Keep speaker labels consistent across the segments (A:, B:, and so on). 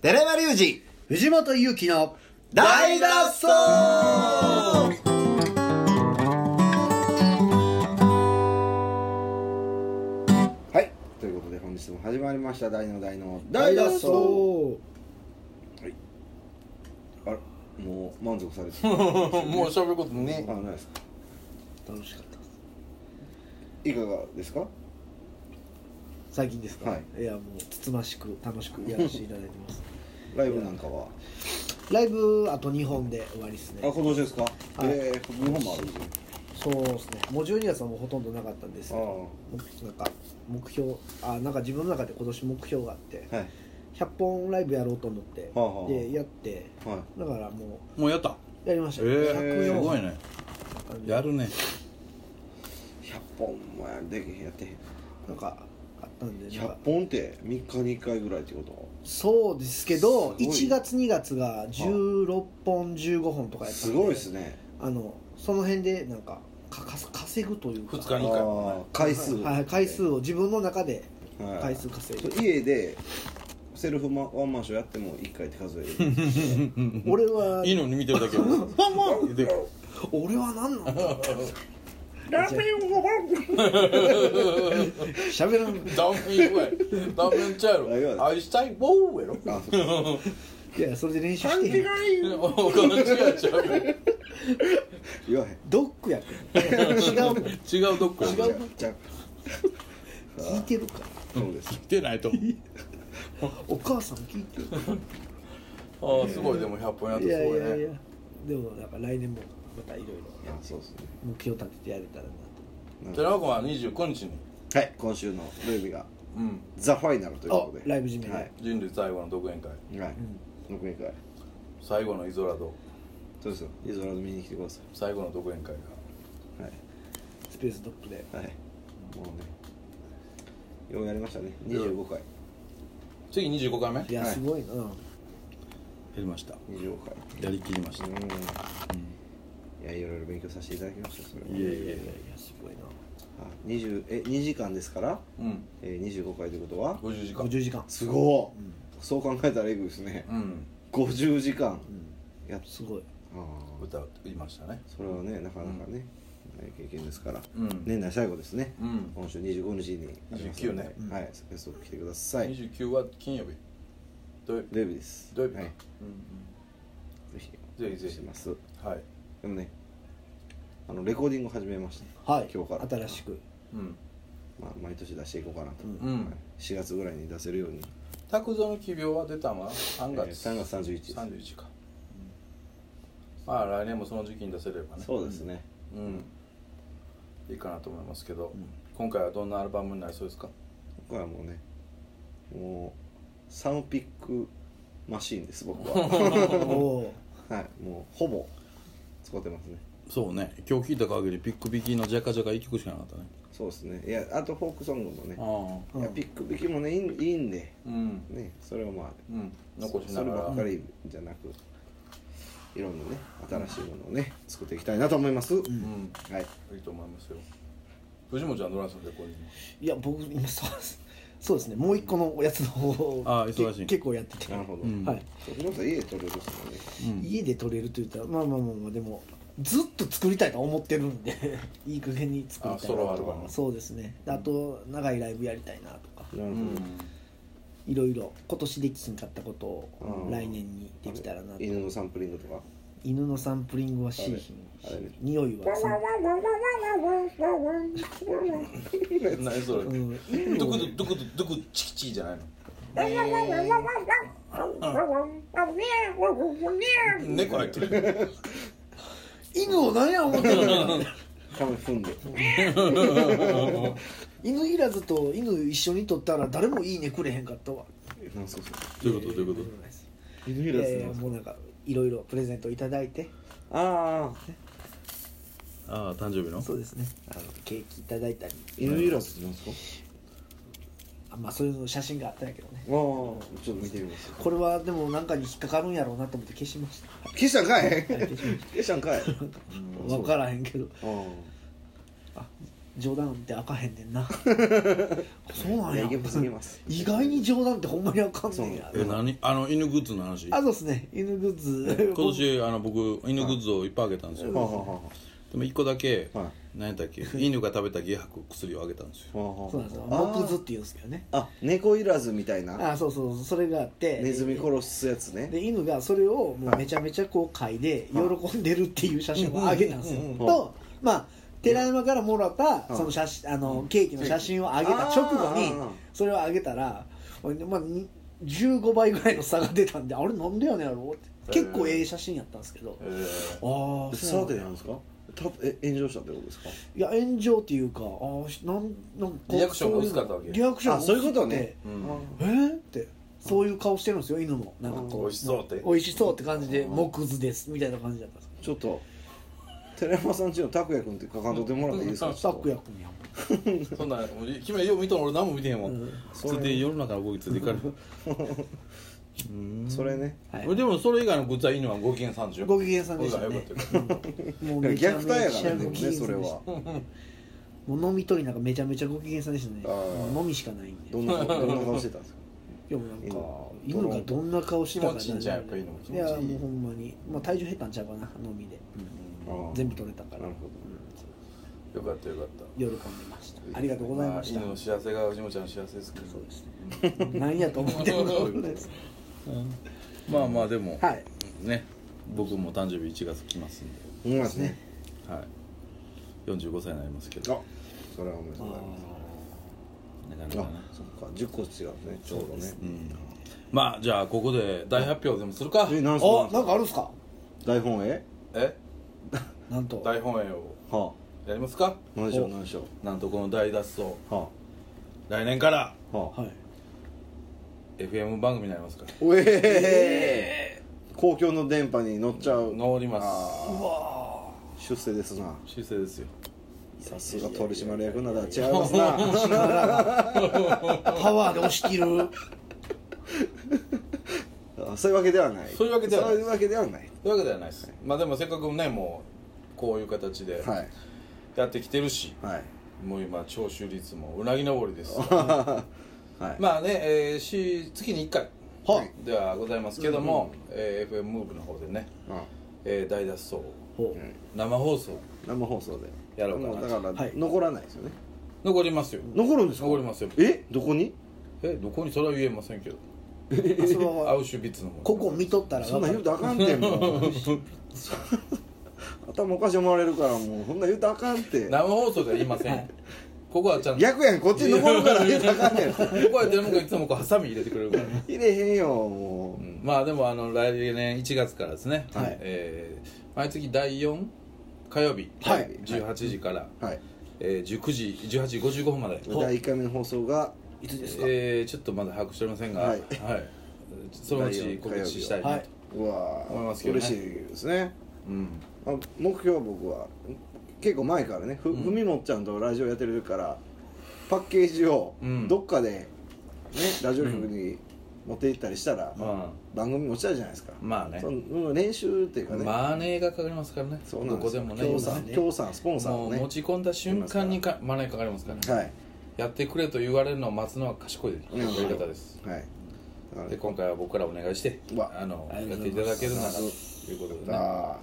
A: 寺山隆二
B: 藤本勇樹の
A: 大脱走
B: はいということで本日も始まりました大の大の大脱走はいあれもう満足されてる
A: もう喋ることね
B: 他ないですか
C: 楽しかったです
B: いかがですか
C: 最近ですか、、
B: はい
C: やもうつつましく楽しくやらせていただいてます
B: ライブなんかは
C: ライブあと2本で終わりです
B: あ
C: ね
B: 今年ですか、
C: い
B: ええー、日本もあるんですよ
C: そうですねもう12月はもうほとんどなかったんです
B: あ
C: よなんか目標あなんか自分の中で今年目標があって
B: あはい
C: 100本ライブやろうと思って、
B: はあはあ
C: でやって
B: はい
C: だからも
D: もうやった
C: うやりました
D: え
C: よ、
D: え
B: 104
D: すごいねやるね
B: 100本もやできへんやってへん
C: なんかあったんでなん
B: 100
C: か
B: 本って3日に1回ぐらいってこと
C: そうですけ
B: す
C: ど
B: ごい
C: 1月2月が16本15本とかやったん
B: すごいですね
C: あのその辺でなんかかか稼ぐというか
D: 二日に回も
B: あー回数
C: はい、回数を自分の中で
B: はい
C: 回数稼いで、
B: 家でセルフマワンマンションやっても1回って数えるんです
C: 俺はい
D: いのに見てるだけよ ワンワンで
C: 俺は何なんだ
B: ラーメンを
C: 喋らん
D: 断面ぐらい断面ちゃ
B: あ
D: う
B: いや
D: やろ愛したいボーやろ
B: あそっか
C: いやそれで練習してへん
D: お金違うちゃうよ
B: 言わへん
C: ドックやってん違うもん
D: 違うどっか
B: じゃあじゃあ
C: 聞いてるから
B: そうです
D: 来てないと
C: お母さん聞いてる
D: 思うああすごいでも100本やった
C: いや
D: す
C: い
D: ごい
C: やいや
D: ね
C: でもなんか来年もまたいろいろ
B: あそうですね
C: 目標立ててやれたらなと
D: 寺尾君は29日に
B: はい今週の土曜日が
D: うん
B: ザ・ファイナルということで
C: あライブ締めで
B: はい
D: 人類最後の独演会
B: はい独演会
D: 最後のイゾラド
B: そうですよイゾラド見に来てくださ
D: 最後の独演会が
B: いはい
C: スペースドックで
B: はいもうねようやりましたね25回
D: 次25回目
C: いや
B: はい
C: すごいな、うん
D: りました
B: 25回
D: やりきりまし
B: うんいやいろいろ勉強させていただきましたそれはい
D: やいやいや
C: いやすごいな
B: あ20え2時間ですから、
D: うん
B: えー、25回ということは
D: 50時間
C: 50時間
B: すごい、そう考えたらエグいですね
D: うん
B: 50時間やっ
C: すごい
B: あー
D: 歌っていましたね
B: それはねなかなかね、ない経験ですから、
D: うん
B: 年内最後ですね、
D: うん
B: 今週25日にありますので
D: 29ね
B: はいスペーストック来てください
D: 29は金曜日土曜日
B: 土曜日です
D: 土曜日か
B: はい、
D: う
B: ぜ
D: ん
B: ひ
D: ぜひぜひ
B: します
D: うんはい
B: でもねあのレコーディングを始めました
C: はい
B: 今日から
C: 新しく
D: うん
B: まあ、毎年出していこうかなと、
D: ん
B: はい4月ぐらいに出せるように
D: 拓蔵の奇病は出たのは3月、
B: えー3月31日です
D: 31日か、まあ来年もその時期に出せればね
B: そうですね、
D: うんいいかなと思いますけど、今回はどんなアルバムになりそうですか
B: 僕はもうねもうサウンドピックマシーンです僕は
C: おお
B: はいもうほぼ使ってますね
D: そうね今日聞いた限りピックビキのジャカジャカ一曲しかなかったね
B: そうですねいやあとフォークソングもね
D: あ
C: あ
B: いやピック引きもねいいいいんで
D: あうん
B: ねそれをまあ
D: うん
B: そ
D: 残しな
B: それ
D: が
B: ば
D: ら
B: っかりじゃなくいろんなね新しいものをね作っていきたいなと思います、
D: うん
B: はい
D: いいと思いますよ藤本ちゃんどうなんですかレコーディング
C: いや僕今そうですそうですねもう一個のやつの方を
D: あー忙しい
C: け結構やってて
B: なるほど、
D: うん
C: はい
B: そうこの人家で撮れるですもんね
C: 家で撮れると言ったらまあまあまあまあでもずっと作りたいと思ってるんで いい加減に作り
D: あ
C: たい
D: ソロア
C: な
D: ルバム
C: そうですねあと長いライブやりたいなとか
B: なるほど、
C: いろいろ今年できひんかったこと
B: う
C: を
B: ん
C: 来年にできたらなと
B: 犬のサンプリングとか
C: 犬のサンプリングはしーひん
B: あれあれ
C: し匂いはさ
D: うん何それ
C: うん
D: ドクドクドクドクチキチキじゃないの猫入ってる
C: 犬を何や思ってるの
B: 亀踏んで
C: 犬いらずと犬一緒に撮ったら誰もいいねくれへんかったわ
B: なんすかそれ
D: どういうことどういうこ
B: 犬い
C: い
B: ら
C: や
B: ず
C: い
B: な
C: や
B: んすか
C: もうなんかいろいろプレゼントいただいて
B: ああ
D: とああ誕生日の
C: そうですねあのケーキいただいたり
B: 犬いらずなんですか
C: あまあそういうの写真があったんやけどね
B: ああちょっと見てみます
C: これはでもなんかに引っかかるんやろうなと思って消しました
B: 消したんかい消したんかい
C: 分からへんけど
B: ああ
C: 冗談ってあかへんね んなそうなん
B: いや
C: や
B: いけますいけます
C: 意外に冗談ってほんまにあかんねんや
D: え何あの犬グッズの話
C: あそうですね犬グッズ
D: 今年あの僕犬グッズをいっぱいあげたんです
B: はあは
D: よ
B: あは
D: でも一個だけ
B: は
D: 何やったっけ 犬が食べた下白薬をあげたんですよ
B: あはあ
C: そうなんですよ
B: あー
C: 木図っていうんですけどね
B: あ猫いらずみたいな
C: あそうそうそれがあって
B: ネズミ殺すやつね
C: で犬がそれをもうめちゃめちゃこう嗅いで喜んでるっていう写真をあげたんですよ
A: うんうんうん
B: うん
C: とまあ寺山からもらった
B: うん
C: その写真あのケーキの写真をあげた直後に
B: あー
C: それをあげたらほいでまあに15倍ぐらいの差が出たんであれなんでやねんやろうって結構ええ写真やったんですけど
D: えー
C: ああ
B: さてなんですかたえ炎上したってことですか
C: いや炎上っていうかあーしなんなんか
D: リアクションが薄かったわけ
C: リアクションが
B: あそういうことね
C: え
D: うん
C: ー、ってそういう顔してるんですよ犬もなんかこう
D: 美味しそうって
C: 美味しそうって感じで木図ですみたいな感じだったんです
B: ちょっと寺山さんちの拓也君って書かんとってもらっていいですかちょっと
C: 拓也君や
D: そんな君よう見たの俺何も見てへんもんそれで世の中の動きついていかれる
B: それね
C: はい
D: でもそれ以外のグッズは犬はご機嫌さんでしょ
C: ご機嫌さんでしたね
D: 僕はよ かった
C: ん
D: よ
C: もうめちゃ
B: 虐
C: め
B: 待
C: ちゃ
B: やからねで
C: ご
B: も
C: 機嫌
B: ね
C: さん
B: それ
C: でし
B: は
C: たもう飲み取りなんかめちゃめちゃご機嫌さんでしたね
B: あー
C: 飲みしかないんで
B: どんな顔どんな顔してたんですか
C: でもなんか犬がどんな顔してたか
D: 気持ちいいんじゃんやっぱ犬も気
C: い
D: 持ちいい
C: やもうほんまに、まあ、体重減ったんちゃうかな飲みで、
B: ああ
C: 全部取れたから
B: なるほど
D: よかったよかった
C: 喜んでましたありがとうございました、
D: あ犬の幸せが藤本ちゃんの幸せですけど
C: そうですね 何やと思ってるのか分かんないです
D: まあまあでも、
C: はい
D: ね僕も誕生日1月来ますん
B: ほ
D: で、
B: んまですね
D: はい、45歳になりますけ
B: あ
D: ど
B: それはおめでとうございます
D: なかな
B: あ
D: かね
B: そっか10個違うねちょうどね
D: まあじゃあここで大発表でもするか
B: えなんす
C: あ
B: か
C: なんかあるんすか
B: 台本絵
D: え
C: なんと
D: 大本営を
B: は
D: やりますか
B: あ何でしょう何でしょ
D: なんとこの大脱走
B: うは
D: 来年から
B: あはあ
C: はい
D: FM 番組になりますから
B: おええ公共の電波に乗っちゃう
D: 乗ります
B: 出世ですな
D: 修正ですよ
B: さすが取締役なだ違いますな
C: パワーで押し切る
B: あ そういうわけではない
D: そういうわけではない
B: そういうわけではない
D: というわけではないですまあでもせっかくねもうこういう形で
B: はい
D: やってきてるし、
B: はい
D: もう今聴取率もうなぎ登りです
B: はい
D: まあね、えーし月に1回
B: はい
D: ではございますけども、えー FM ムーブの方でね、
B: あ
D: えー大脱走
C: ほう
D: 生放送
B: 生放送で
D: やろうかな
B: もだから、
C: はい
B: 残らないですよね
D: 残りますよ
B: 残るんですか
D: 残りますよ
B: えどこに
D: えどこにそれは言えませんけど
C: あそれ
D: ア
C: は
D: ウシュビッツの方に
C: ここ見とった ら
B: そん
C: 分
B: な
C: か
B: ん言う
C: る
B: たらあかんってもう 頭おかしい思われるからもうそんな言うたらあかんって
D: 生放送では言いませんここはちゃんと
B: 逆やんこっちに残るから言うたらあかんね ん
D: ここは寺本がいつもこうハサミ入れてくれるから、ね
B: 入れへんよも
D: うんまあでもあの来年1月からですね、
B: はい
D: えー毎月第4火曜日、
B: はい
D: 18時から、
B: うはい
D: えー19時18時55分まで、
B: 第1回目の放送が
C: いつですか
D: えーちょっとまだ把握しておりませんが、は
B: はいい
D: そのうち告知したいなと、
C: はい、
B: うわー
D: 思いますけどね
B: 嬉しいですね
D: うん、
B: まあ目標は僕は結構前からねふ,、
D: ん
B: みもっちゃんとラジオやってるからパッケージを
D: うん
B: どっかで、ねラジオ局に持って行ったりしたら、
D: ま
B: 番組落ちたじゃないですか、
D: まあね
B: そのうん練習っていう
D: あ
B: かね、
D: マネーがかかりますからね
B: そうな
D: ど
B: んで
D: こ
B: す
D: で
B: よ
D: もね
B: 協
D: 今
B: 賛
D: ね
B: 協賛スポンサー
D: も
B: を
D: う持
B: ね
D: ち込んだ瞬間にかマネーかかりますから、ね
B: はい
D: やってくれと言われるのを待つのは賢いやり方です、
B: はいだから
D: で今回は僕からお願いして
B: うわ
D: あの
C: あり
D: や
C: がと
D: って
C: う
D: い
C: ご
D: た
C: ざいま
D: だ
C: す
D: けるならということでね
B: あ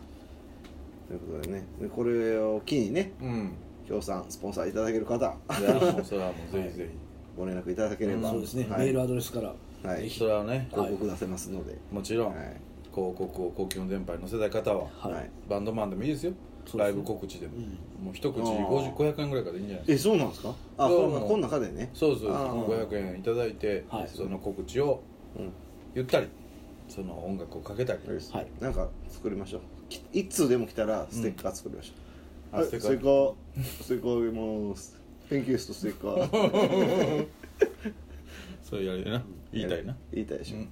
B: ーということでねでこれを機にね
D: うん
B: 協賛スポンサーいただける方
D: いやもうそれはもうぜひぜ
B: ご連絡いただければ、
C: そうですね、
B: は
C: メ
B: い
C: ールアドレスから
B: は
D: ひ、
B: い、
D: それはね
B: 広告出せますので、
D: もちろん、
B: はい
D: 広告を公共の電波に載せたい方は、
C: はい、
B: はい
D: バンドマンでもいいですよ
C: そうですね
D: ライブ告知でも、もう一口
B: あー
D: 50 500円ぐらいからいいんじゃないですか
B: えそうなんですかあ
D: ど
B: こ
D: うも
B: んなこん中でね
D: そうそう
B: あー
D: 500円いただいて、
C: はい
D: その告知を
B: うん
D: 言ったりその音楽をかけたり、
C: はい
B: なんか作りましょうき一通でも来たらステッカー作りましょう、
D: うん
B: はい
D: あス
B: ス
D: テ
B: テッ
D: ッカ
B: カ
D: ー
B: ーステッカーあげますペンキーストステッカー
D: それやるな 言いたいな、
B: 言いたいでしょ、
D: うん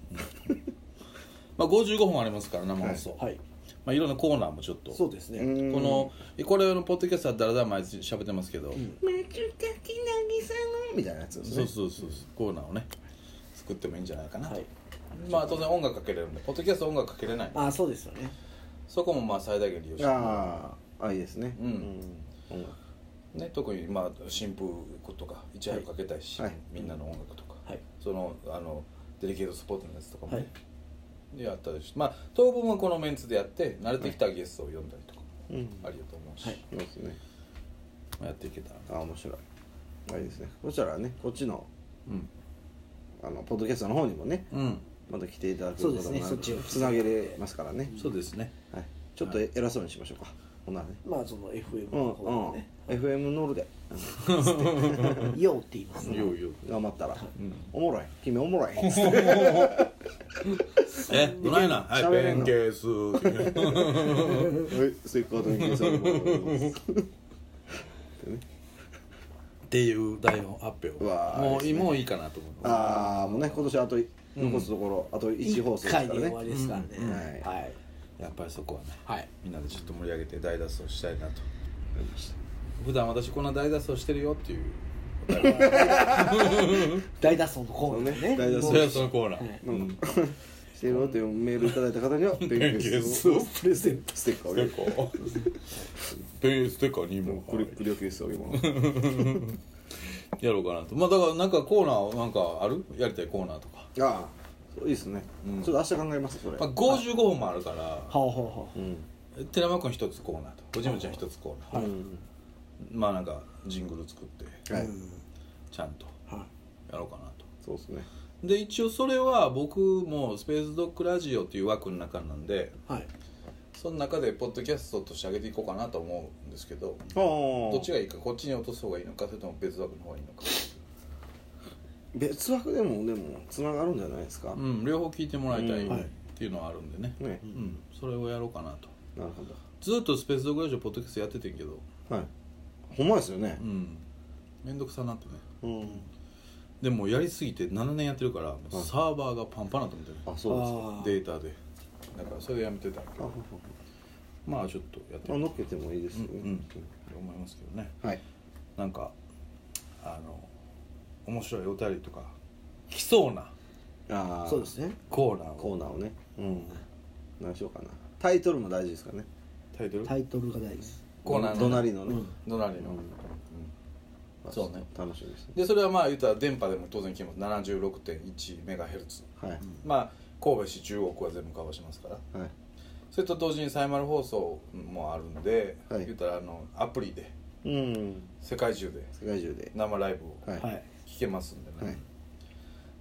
D: まあ、55分ありますから生放送、
C: はい、
D: まあ、いろんなコーナーもちょっと
C: そうです
B: う
C: ね
B: ん
D: このえこれのポッドキャストはだらだら毎日喋ってますけど、
B: マチュタキナギさんみたいなやつです
D: そう
B: ね
D: そうそうそうコーナーをね作ってもいいんじゃないかな、
C: はい
D: まあ当然音楽かけれるんでポッドキャスト音楽かけれない
C: ああそうですよね
D: そこもまあ最大限利用して
B: あーあいいですね
D: うん
B: うん
D: ね、特にまあ新風とかいち早くかけたいし、
B: はい
D: みんなの音楽とか、
C: はい
D: そのあのデリケートスポットのやつとかも、ね
C: はい
D: でやったりしてまあ当分はこのメンツでやって慣れてきたゲストを呼んだりとか
B: うん
D: もありだと思うし、
C: はい
B: そうですね
D: まあ、やっていけたら
B: あ面白いあいいですねそしたらねこっちの
D: うん、
B: あのポッドキャストの方にもね
D: うん、
B: また来ていただく
C: そう
B: こ
C: で
B: と
C: す
B: も
C: ね
B: な
C: そっちを
B: つなげれますからね、
D: そうですね
B: はい、ちょっとえ偉そうにしましょうかほんならね
C: まあその FM
B: うん
C: の
B: う
C: 方
B: ん、
C: でね
B: FM 乗るで
C: 「よう」って言いますね
D: ようよう
B: 頑張ったら、
D: ん
B: おもろい君おも ろい
D: えどないなんはい
B: 喋れん
D: 弁
B: の
D: 慶すー
B: はいスイカとにさん
D: っていう台本発表
B: うわー
D: も
B: いいで
D: う
B: すね
D: もういいかなと思う
B: ああもうね今年あとい残すところ、あと1放送ですか
C: 回
B: ら
C: で終わり
B: ね
C: ですからね、
B: うん
C: はい
D: やっぱりそこはね
C: はい
D: みんなでちょっと盛り上げて大脱走したいなと普段私こんな大脱走してるよって いう
C: 大脱走のコーナーね
B: 大脱走
D: それはそのコーナー
B: うんしてるわというメールい ただいた方には「勉強
D: スを
B: プレゼントステッカーをね
D: 構ペンステッカーにも
B: クリクリアケースを 今
D: やろうかなとまあだからなんかコーナーなんかあるやりたいコーナーとか
B: ああいいですね、ちょっと明日考えますそれ、
D: まあ55本もあるから
C: はあはあはあ
B: うん
D: 寺間君一つコーナーとおじむちゃん一つコーナー
B: うん
D: まあなんかジングル作って
B: はい、
D: ちゃんと
C: は
D: やろうかなと
B: そうですね
D: で一応それは僕もスペースドッグラジオっていう枠の中なんで
C: いはい
D: その中でポッドキャストとして上げていこうかなと思うんですけど
B: ああ
D: どっちがいいかこっちに落とす方がいいのかそれとも別枠の方がいいのか
B: 別枠でもでもつながるんじゃないですか、
D: うん両方聞いてもらいたい
B: うん
C: はい
D: っていうのはあるんでね、
B: ね
D: うん、それをやろうかなと
B: なるほ
D: ずっとスペースドッグラジオポッドキャストやっててんけど
B: どはいほんまですよね
D: うん面倒くさなってね
B: うん、
D: でもやりすぎて7年やってるからもうサーバーがパンパンなと思ってる
B: あそうですか
C: あー
D: データでだからそれでやめてたんや
B: あ
D: けどまあちょっとやって
B: あ
D: み
B: 乗
D: よ
B: っけてもいいです
D: う
B: よ
D: うん
B: ね、
D: うんと思いますけどね
B: はい
D: なんかあの面白いお便りとか来そうな
B: ああ
C: そうですね
D: コーナー
B: コ
D: を
B: ーナーをねうん何しようかなタイトルも大事ですからね
D: タイトル
C: タイトルが大事です
D: コーナー
B: ど
D: の
B: なり
D: ね
B: のね、
C: うん
D: どなりの、
B: うん
D: うんそうね
B: 楽しみですね
D: でそれはまあ言ったら電波でも当然消えます76.1メガヘルツ
B: はい、
D: まあ神戸市中央区は全部カバーしますから
B: はい
D: それと同時にサイマル放送もあるんで、
B: はい
D: 言ったらあのアプリで
B: うん
D: 世界中で
B: 世界中で
D: 生ライブを
B: はい、
C: はい
D: 聞けますんでね、
B: はい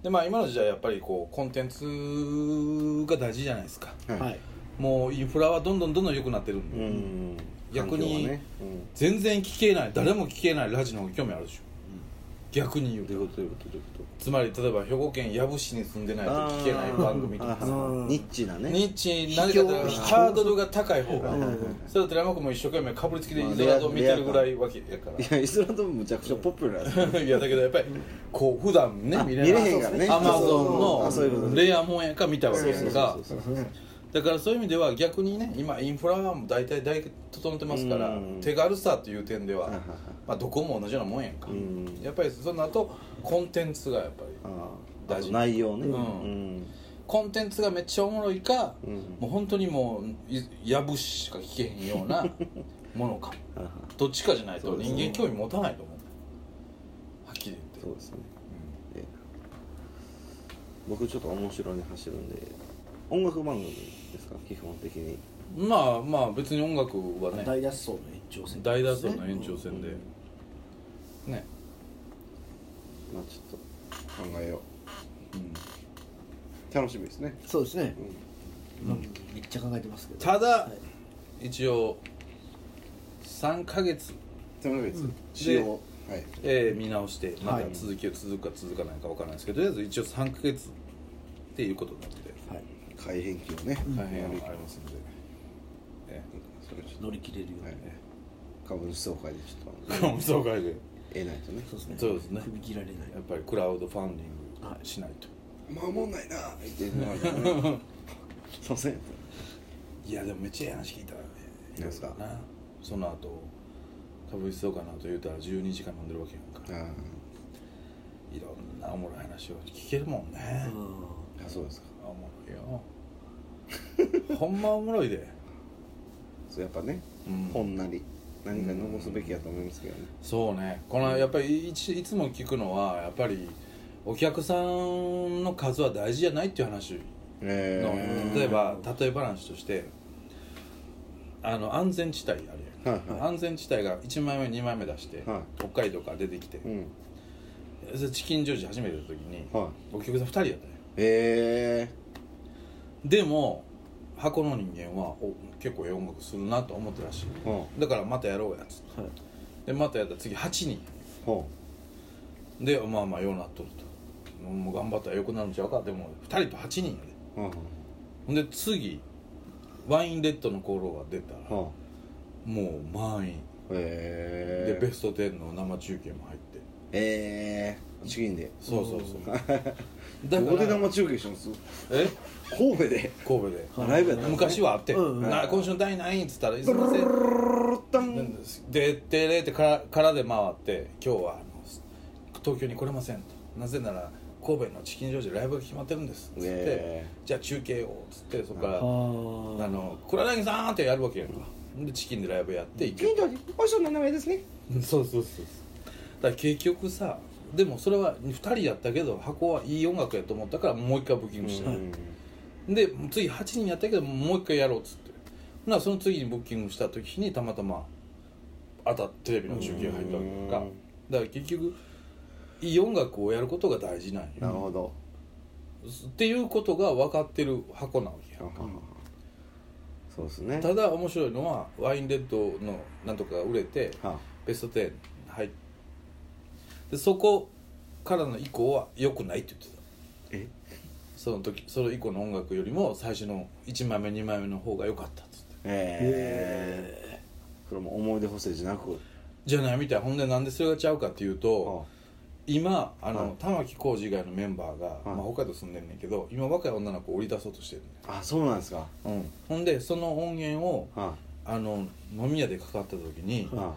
D: でまあ今の時代やっぱりこうコンテンツが大事じゃないですか
B: はい
C: はい
D: もうインフラはどんどんどんどん良くなってるん
B: う
D: で、
B: ん環
D: 逆に
B: 境はねうん
D: 全然聞けない誰も聞けないラジオの方が興味あるでしょ、逆に言う
B: どう
D: と
B: いうことどういうことどういうこ
D: つまり例えば兵庫県養父市に住んでない
B: と
D: と聞けない番組と
B: あー
D: か
B: あー
C: うん
B: ニッチなね
D: ニッチなぜかというと
C: 秘境
D: ハードルが高い方が
B: うん
D: それを寺山君も一生懸命かぶりつきでイゾラドを見てるぐらいわけやか
B: いやイスラムむちゃくちゃポピュラーです
D: ら いやだけどやっぱりこう普段ね見れ
B: 見
D: な
B: れ
D: い
B: へんからね
D: アマ
B: あ
D: ゾ
B: そういうこと
D: ンの
B: ね
D: レアもんやから見たわけやんか
B: そうそうそうそう
D: だからそういう意味では逆にね今インフラはもう大体大体整ってますから
B: うん
D: 手軽さという点では
B: はいはいはい
D: まあどこも同じようなもんやんか
B: うん
D: やっぱりその後コンテンツがやっぱり
B: あー
D: 大
B: あ
D: 事
B: と内容ね
D: うん
B: うん
D: コンテンツがめっちゃおもろいか、
B: うん
D: もう本当にもういやぶししか聞けへんよ うなものか
B: はいはい
D: どっちかじゃない
B: そ
D: と
B: うです
D: 人
B: ね
D: 間興味持たないと思うはっきり言
B: そ
D: っ
B: うですねで僕ちょっと面白いに走るんで音楽番組ですか基本的に
D: てまあまあ別に音楽はね
C: 大脱走の延長戦
D: 大脱走の延長戦で、ね、
B: まあちょっと考えよ
D: うん
B: う楽しみですね
C: そうですね
B: うん
C: めっちゃ考えてますけど
D: ただ、
C: はい
D: 一応3ヶ月、
B: とりあえず使
D: で
B: 用はい
D: えー見直してま
C: はい
D: た続きを続くか続かないかわからないですけど、とりあえず一応3ヶ月っていうことなんで
C: はい
B: 改変期をね
D: 大変ありますんで、ええ
B: それちょっ
C: 乗り切れるように
B: とはい株主総会でちょっと
D: 株総会で
B: 得ないとね
C: そうですね
D: そうですね
C: 踏み切られない
D: やっぱりクラウドファンディングしないと、
B: 守んないな言って言われてね そうせんやっ
D: い、やでもめっちゃいい話聞いたらね
B: なんすか
D: なその後株主総会の後言うたら12時間飲んでるわけやんか
B: たらあ
D: いろんなおもろい話を聞けるもんね、
C: うん
B: ーあそうですか
D: おもろいよ ほんまおもろいで
B: そうやっぱね
D: うん
B: ほんなり何か残すべきやと思いますけどね、
D: そうねこのやっぱりいちいつも聞くのはやっぱりお客さんの数は大事じゃないっていう話の
B: えー
D: 例えば例え話としてあの安全地帯あるやん、
B: はい
D: 安全地帯が1枚目2枚目出して、
B: はい
D: 北海道から出てきて、
B: うん
D: それチキンジョージ初めての時に、
B: はい
D: お客さん2人やったんよ
B: え
D: でも箱の人間はお結構ええ音楽するなと思ってらっし
B: ー、は
D: ゃだからまたやろうやつって
C: はい
D: でまたやったら次8人
B: あは
D: でまあまあようなっとるともう頑張ったらよくなるんちゃうかでも2人と8人やで
B: あは
D: ほんで次ワインレッドのコロが出たら
B: あはあ
D: もう満員
B: え
D: で
B: ー、
D: ベスト10の生中継も入って
B: えー、チキンで
D: そうそうそう
B: どこで
D: だから
B: 生中継したんです
D: え
B: 神戸で
D: 神戸で
B: ライブやったんです
D: 昔はあって
C: うん
D: 「
C: うん
D: な今週の第何位?」っつったら「いつもせん
B: たん
D: で「でれ」ってからからで回って「今日はあの東京に来れません」と「なぜなら神戸のチキンジョージライブが決まってるんです」つって、
B: え
D: じゃあ中継を」つってそこから「
C: あー
D: あの黒柳さん」ってやるわけやんかでチキンでライブやって行く
B: 所に和尚の名前ですね
D: そうそうそうそうだから結局さでもそれは2人やったけど箱はいい音楽やと思ったからもう一回ブッキングした、で次8人やったけどもう一回やろうっつってほなその次にブッキングした時にたまたま当たってテレビの中継が入った
B: う
D: わけか
B: ん
D: だから結局いい音楽をやることが大事なんよ
B: なるほど
D: っていうことが分かってる箱なわけや
B: そうですね
D: ただ面白いのはワインレッドのなんとかが売れて
B: は
D: ベスト10入ってでそこからの以降は良くないって言
B: え
D: ってたその時その以降の音楽よりも最初の1枚目2枚目の方が良かったっつって
B: えー、それも思い出補正じゃなく
D: じゃないみたいほんでなんでそれがちゃうかっていうと今あの、
B: はい
D: 玉置浩二以外のメンバーが、まあ、
B: はい
D: 北海道住んでんねんけど今若い女の子を売り出そうとしてるね
B: あそうなんですか
D: んほんでその音源を
B: は
D: あの飲み屋でかかった時に、
B: いは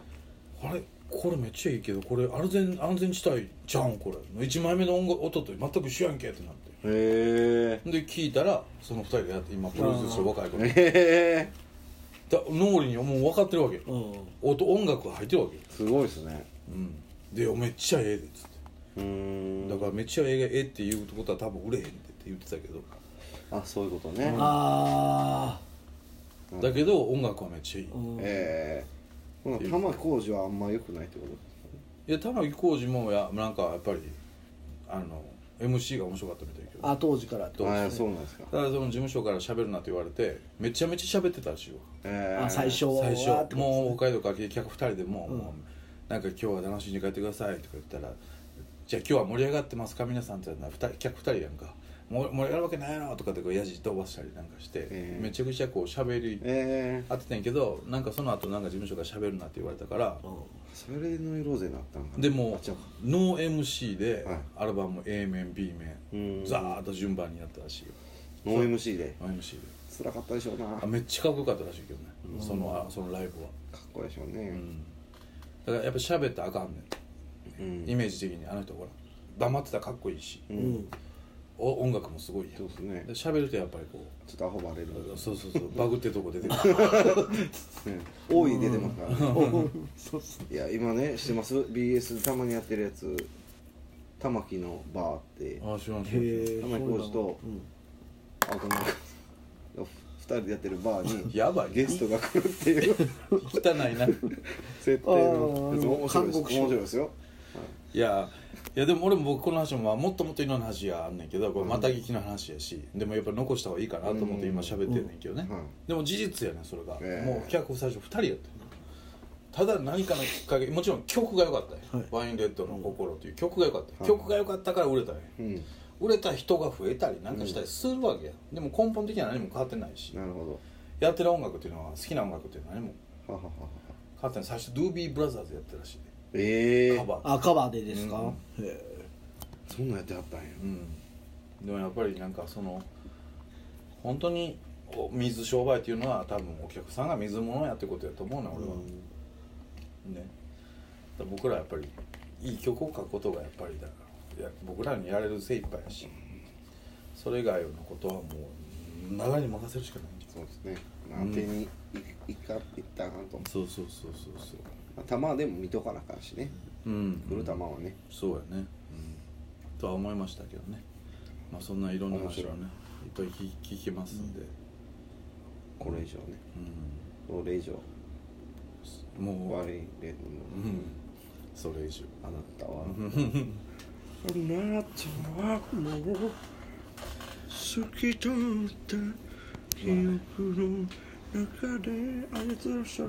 D: あれこれめっちゃいいけどこれアルゼン安全地帯じゃんこれ1枚目の音楽音と全く一緒やんけってなって
B: い へ
D: で聞いたらその2人がやって今プロデュースしてる若い子
B: え
D: だ
B: へえ
D: 脳裏にもう分かってるわけ
C: うん
D: 音音楽が入ってるわけよ、
B: すごいですね
D: うん、でめっちゃええでっつって
B: うーん
D: だからめっちゃええええって言うことは多分売れへんでって言ってたけど
B: あそういうことね
C: あ
D: だけど音楽はめっちゃいい、
C: ーうん
B: ええー、この玉工事はあんま良くないってこと
D: いや玉置浩二もやなんかやっぱりあの MC が面白かったみたいだけど
C: あ当時から
D: どうです
B: あーそうなんですか
D: ただその事務所から喋るなって言われてめちゃめちゃ喋ってたらしいわ
B: えー、
C: あ最初
D: 最
C: はってこと
D: 初
C: ですね
D: もう北海道から客2人でも,、もうなんか今日は楽しんで帰ってくださいとか言ったらじゃあ今日は盛り上がってますか皆さんって言ったら二人客2人やんかもう盛り上がるわけないやろとかってこうやじ飛ばしたりなんかして、
B: えー
D: めちゃくちゃこう喋り
B: え
D: 合ってたんやけどなんかその後なんか事務所から喋るなって言われたから、
B: ー、それの色勢になったんかな
D: でも
B: あ違うか
D: ノー MC で
B: はい
D: アルバムも A 面 B
B: う
D: 面
B: ん
D: ザーッと順番にやったらしいよ
B: ノー MC で
D: ノー MC で
B: 辛かったでしょうな
D: あ
B: かっ
D: めっちゃかっこよかったらしいけどねそのあそのライブは
B: こいいでしょうね
D: うんだからやっぱ喋ったらあかんね
B: うん、
D: んイメージ的にあの人ほら黙ってたらかっこいいし
B: うん
D: お音楽もすごいや
B: そ
D: ん
B: うですね
D: で喋るとやっぱりこ
B: ちょっとアホバレる
D: うそうそうそうバグってとこ出 てくる
B: うん多い出てますからね
C: そうっす
B: いや今ねしてます BS でたまにやってるやつ玉木のバーって
D: ああ知らん
C: へ
D: 知らん知
C: え
B: 玉井浩二と
C: うん
B: あこの2人でやってるバーに
D: らんやばい
B: ゲストが来るって いう
D: 汚いな
B: 設定のやつ面白いです
C: 韓
B: 面
C: 国賞
B: 白いですよ
D: いやいやでも俺も僕この話も、まあ、もっともっといろんな話があんねんけどこれまた聞きの話やしでもやっぱ残した方がいいかなと思って今喋ってんねんけどね、
B: うんうん
D: でも事実やねんそれが、
B: ええ
D: もう客最初2人やってんただ何かのきっかけもちろん曲が良かったよ、
C: はい
D: ワインレッドの心っていう曲が良かったよ、曲が良かったから売れたよ、
B: うん
D: 売れた人が増えたりなんかしたりするわけや、でも根本的には何も変わってないし、
B: なるほ
D: やってる音楽っていうのは好きな音楽っていうのは何も
B: どはははは
D: 変わってない最初ドゥービーブラザーズやってるらしいね
B: ええ
D: カ
B: ー、
D: バー
C: あカバーでですか、へえ
B: そんなんやってはったんや
D: うん、でもやっぱりなんかその本当にお水商売っていうのは多分お客さんが水物やってことやと思うな俺は、ねだから僕らやっぱりいい曲を書くことがやっぱりだからいや僕らにやれる精一杯やしそれ以外のことはもう流れに任せるしかないんじゃ
B: そうですねまあ当てにいいかいったなと
D: んそうそうそうそうそ
B: まあ球はでも見とかなあかんしね
D: ううん
B: 来る球はね
D: そうやね、うん、とは思いましたけどねまあそんないろんな話をねいっぱい聞き聞きますんで、
B: これ以上ねこれ以上
D: うんもう、
B: 悪い例の
D: うん、それ以上
B: あなたはあなたはもう好きだった記憶の中であいつらした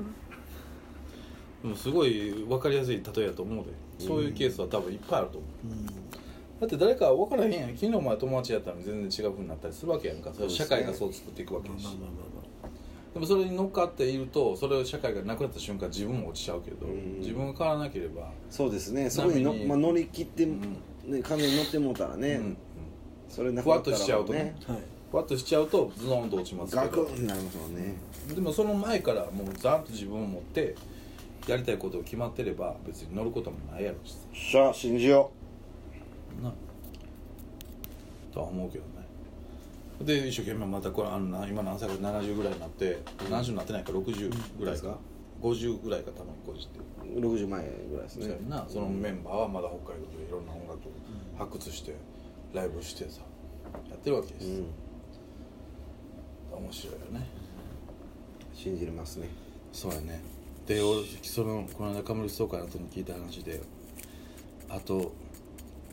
D: でもすごい分かりやすい例えやと思うでそういうケースは多分いっぱいあると思う、だって誰か分からへんやん昨日前友達やったのに全然違うふうになったりするわけやんかそれは社会がそう作っていくわけやし、でもそれに乗っかっているとそれを社会がなくなった瞬間自分も落ちちゃうけど、
B: ん
D: 自分が変わらなければ、
B: そうですねそこにの、
D: 波に
B: まあ、乗り切って、ね、風に乗ってもうたらね、
D: うん
B: それな
D: ふわっとしちゃうとね
C: はい
D: ふわっとしちゃうとズドンと落ちますけ
B: ガク
D: ど
B: ンになりますもんね
D: でもその前からもうザーンと自分を持ってやりたいことが決まってれば別に乗ることもないやろしさ
B: しゃあ信じよ
D: なとは思うけどねで一生懸命またこれあのな今何歳か70ぐらいになって、何十になってないか60ぐらいか、50ぐらいか多分50って、
B: う60前ぐらいです
D: そう
B: ね
D: やんなそのメンバーはまだ北海道でいろんな音楽を発掘してライブしてさやってるわけです、
B: うん
D: 面白いよね
B: 信じれますね
D: そうやねで俺そのこの間カムリストーカーの後に聞いた話であと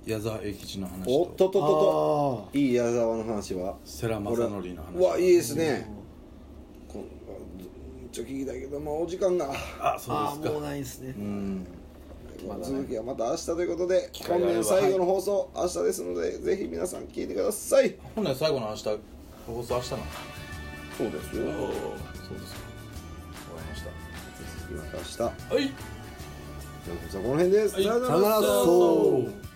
D: 矢沢永吉の話
B: おっとっとっとっと
C: あ
B: いい矢沢の話は
D: 世良正則の話
B: うわいいですねこんずちょっと聞きたいけどまあお時間が
D: あそう
C: あ
D: で
C: あ
D: すか
C: もうないですね
D: うんまだね
B: 続きはまた明日ということで
D: 機
B: 本
D: 会があれば
B: 年最後の放送明日ですのでぜひ皆さん聞いてください
D: 本来最後の明日放送明日なの
B: そうですよ
D: そうですかわかりました
B: 続きまた明日
D: はい
B: 今日の放送はこの辺です、
D: はい
B: さような
C: さよなら
B: ら
C: そう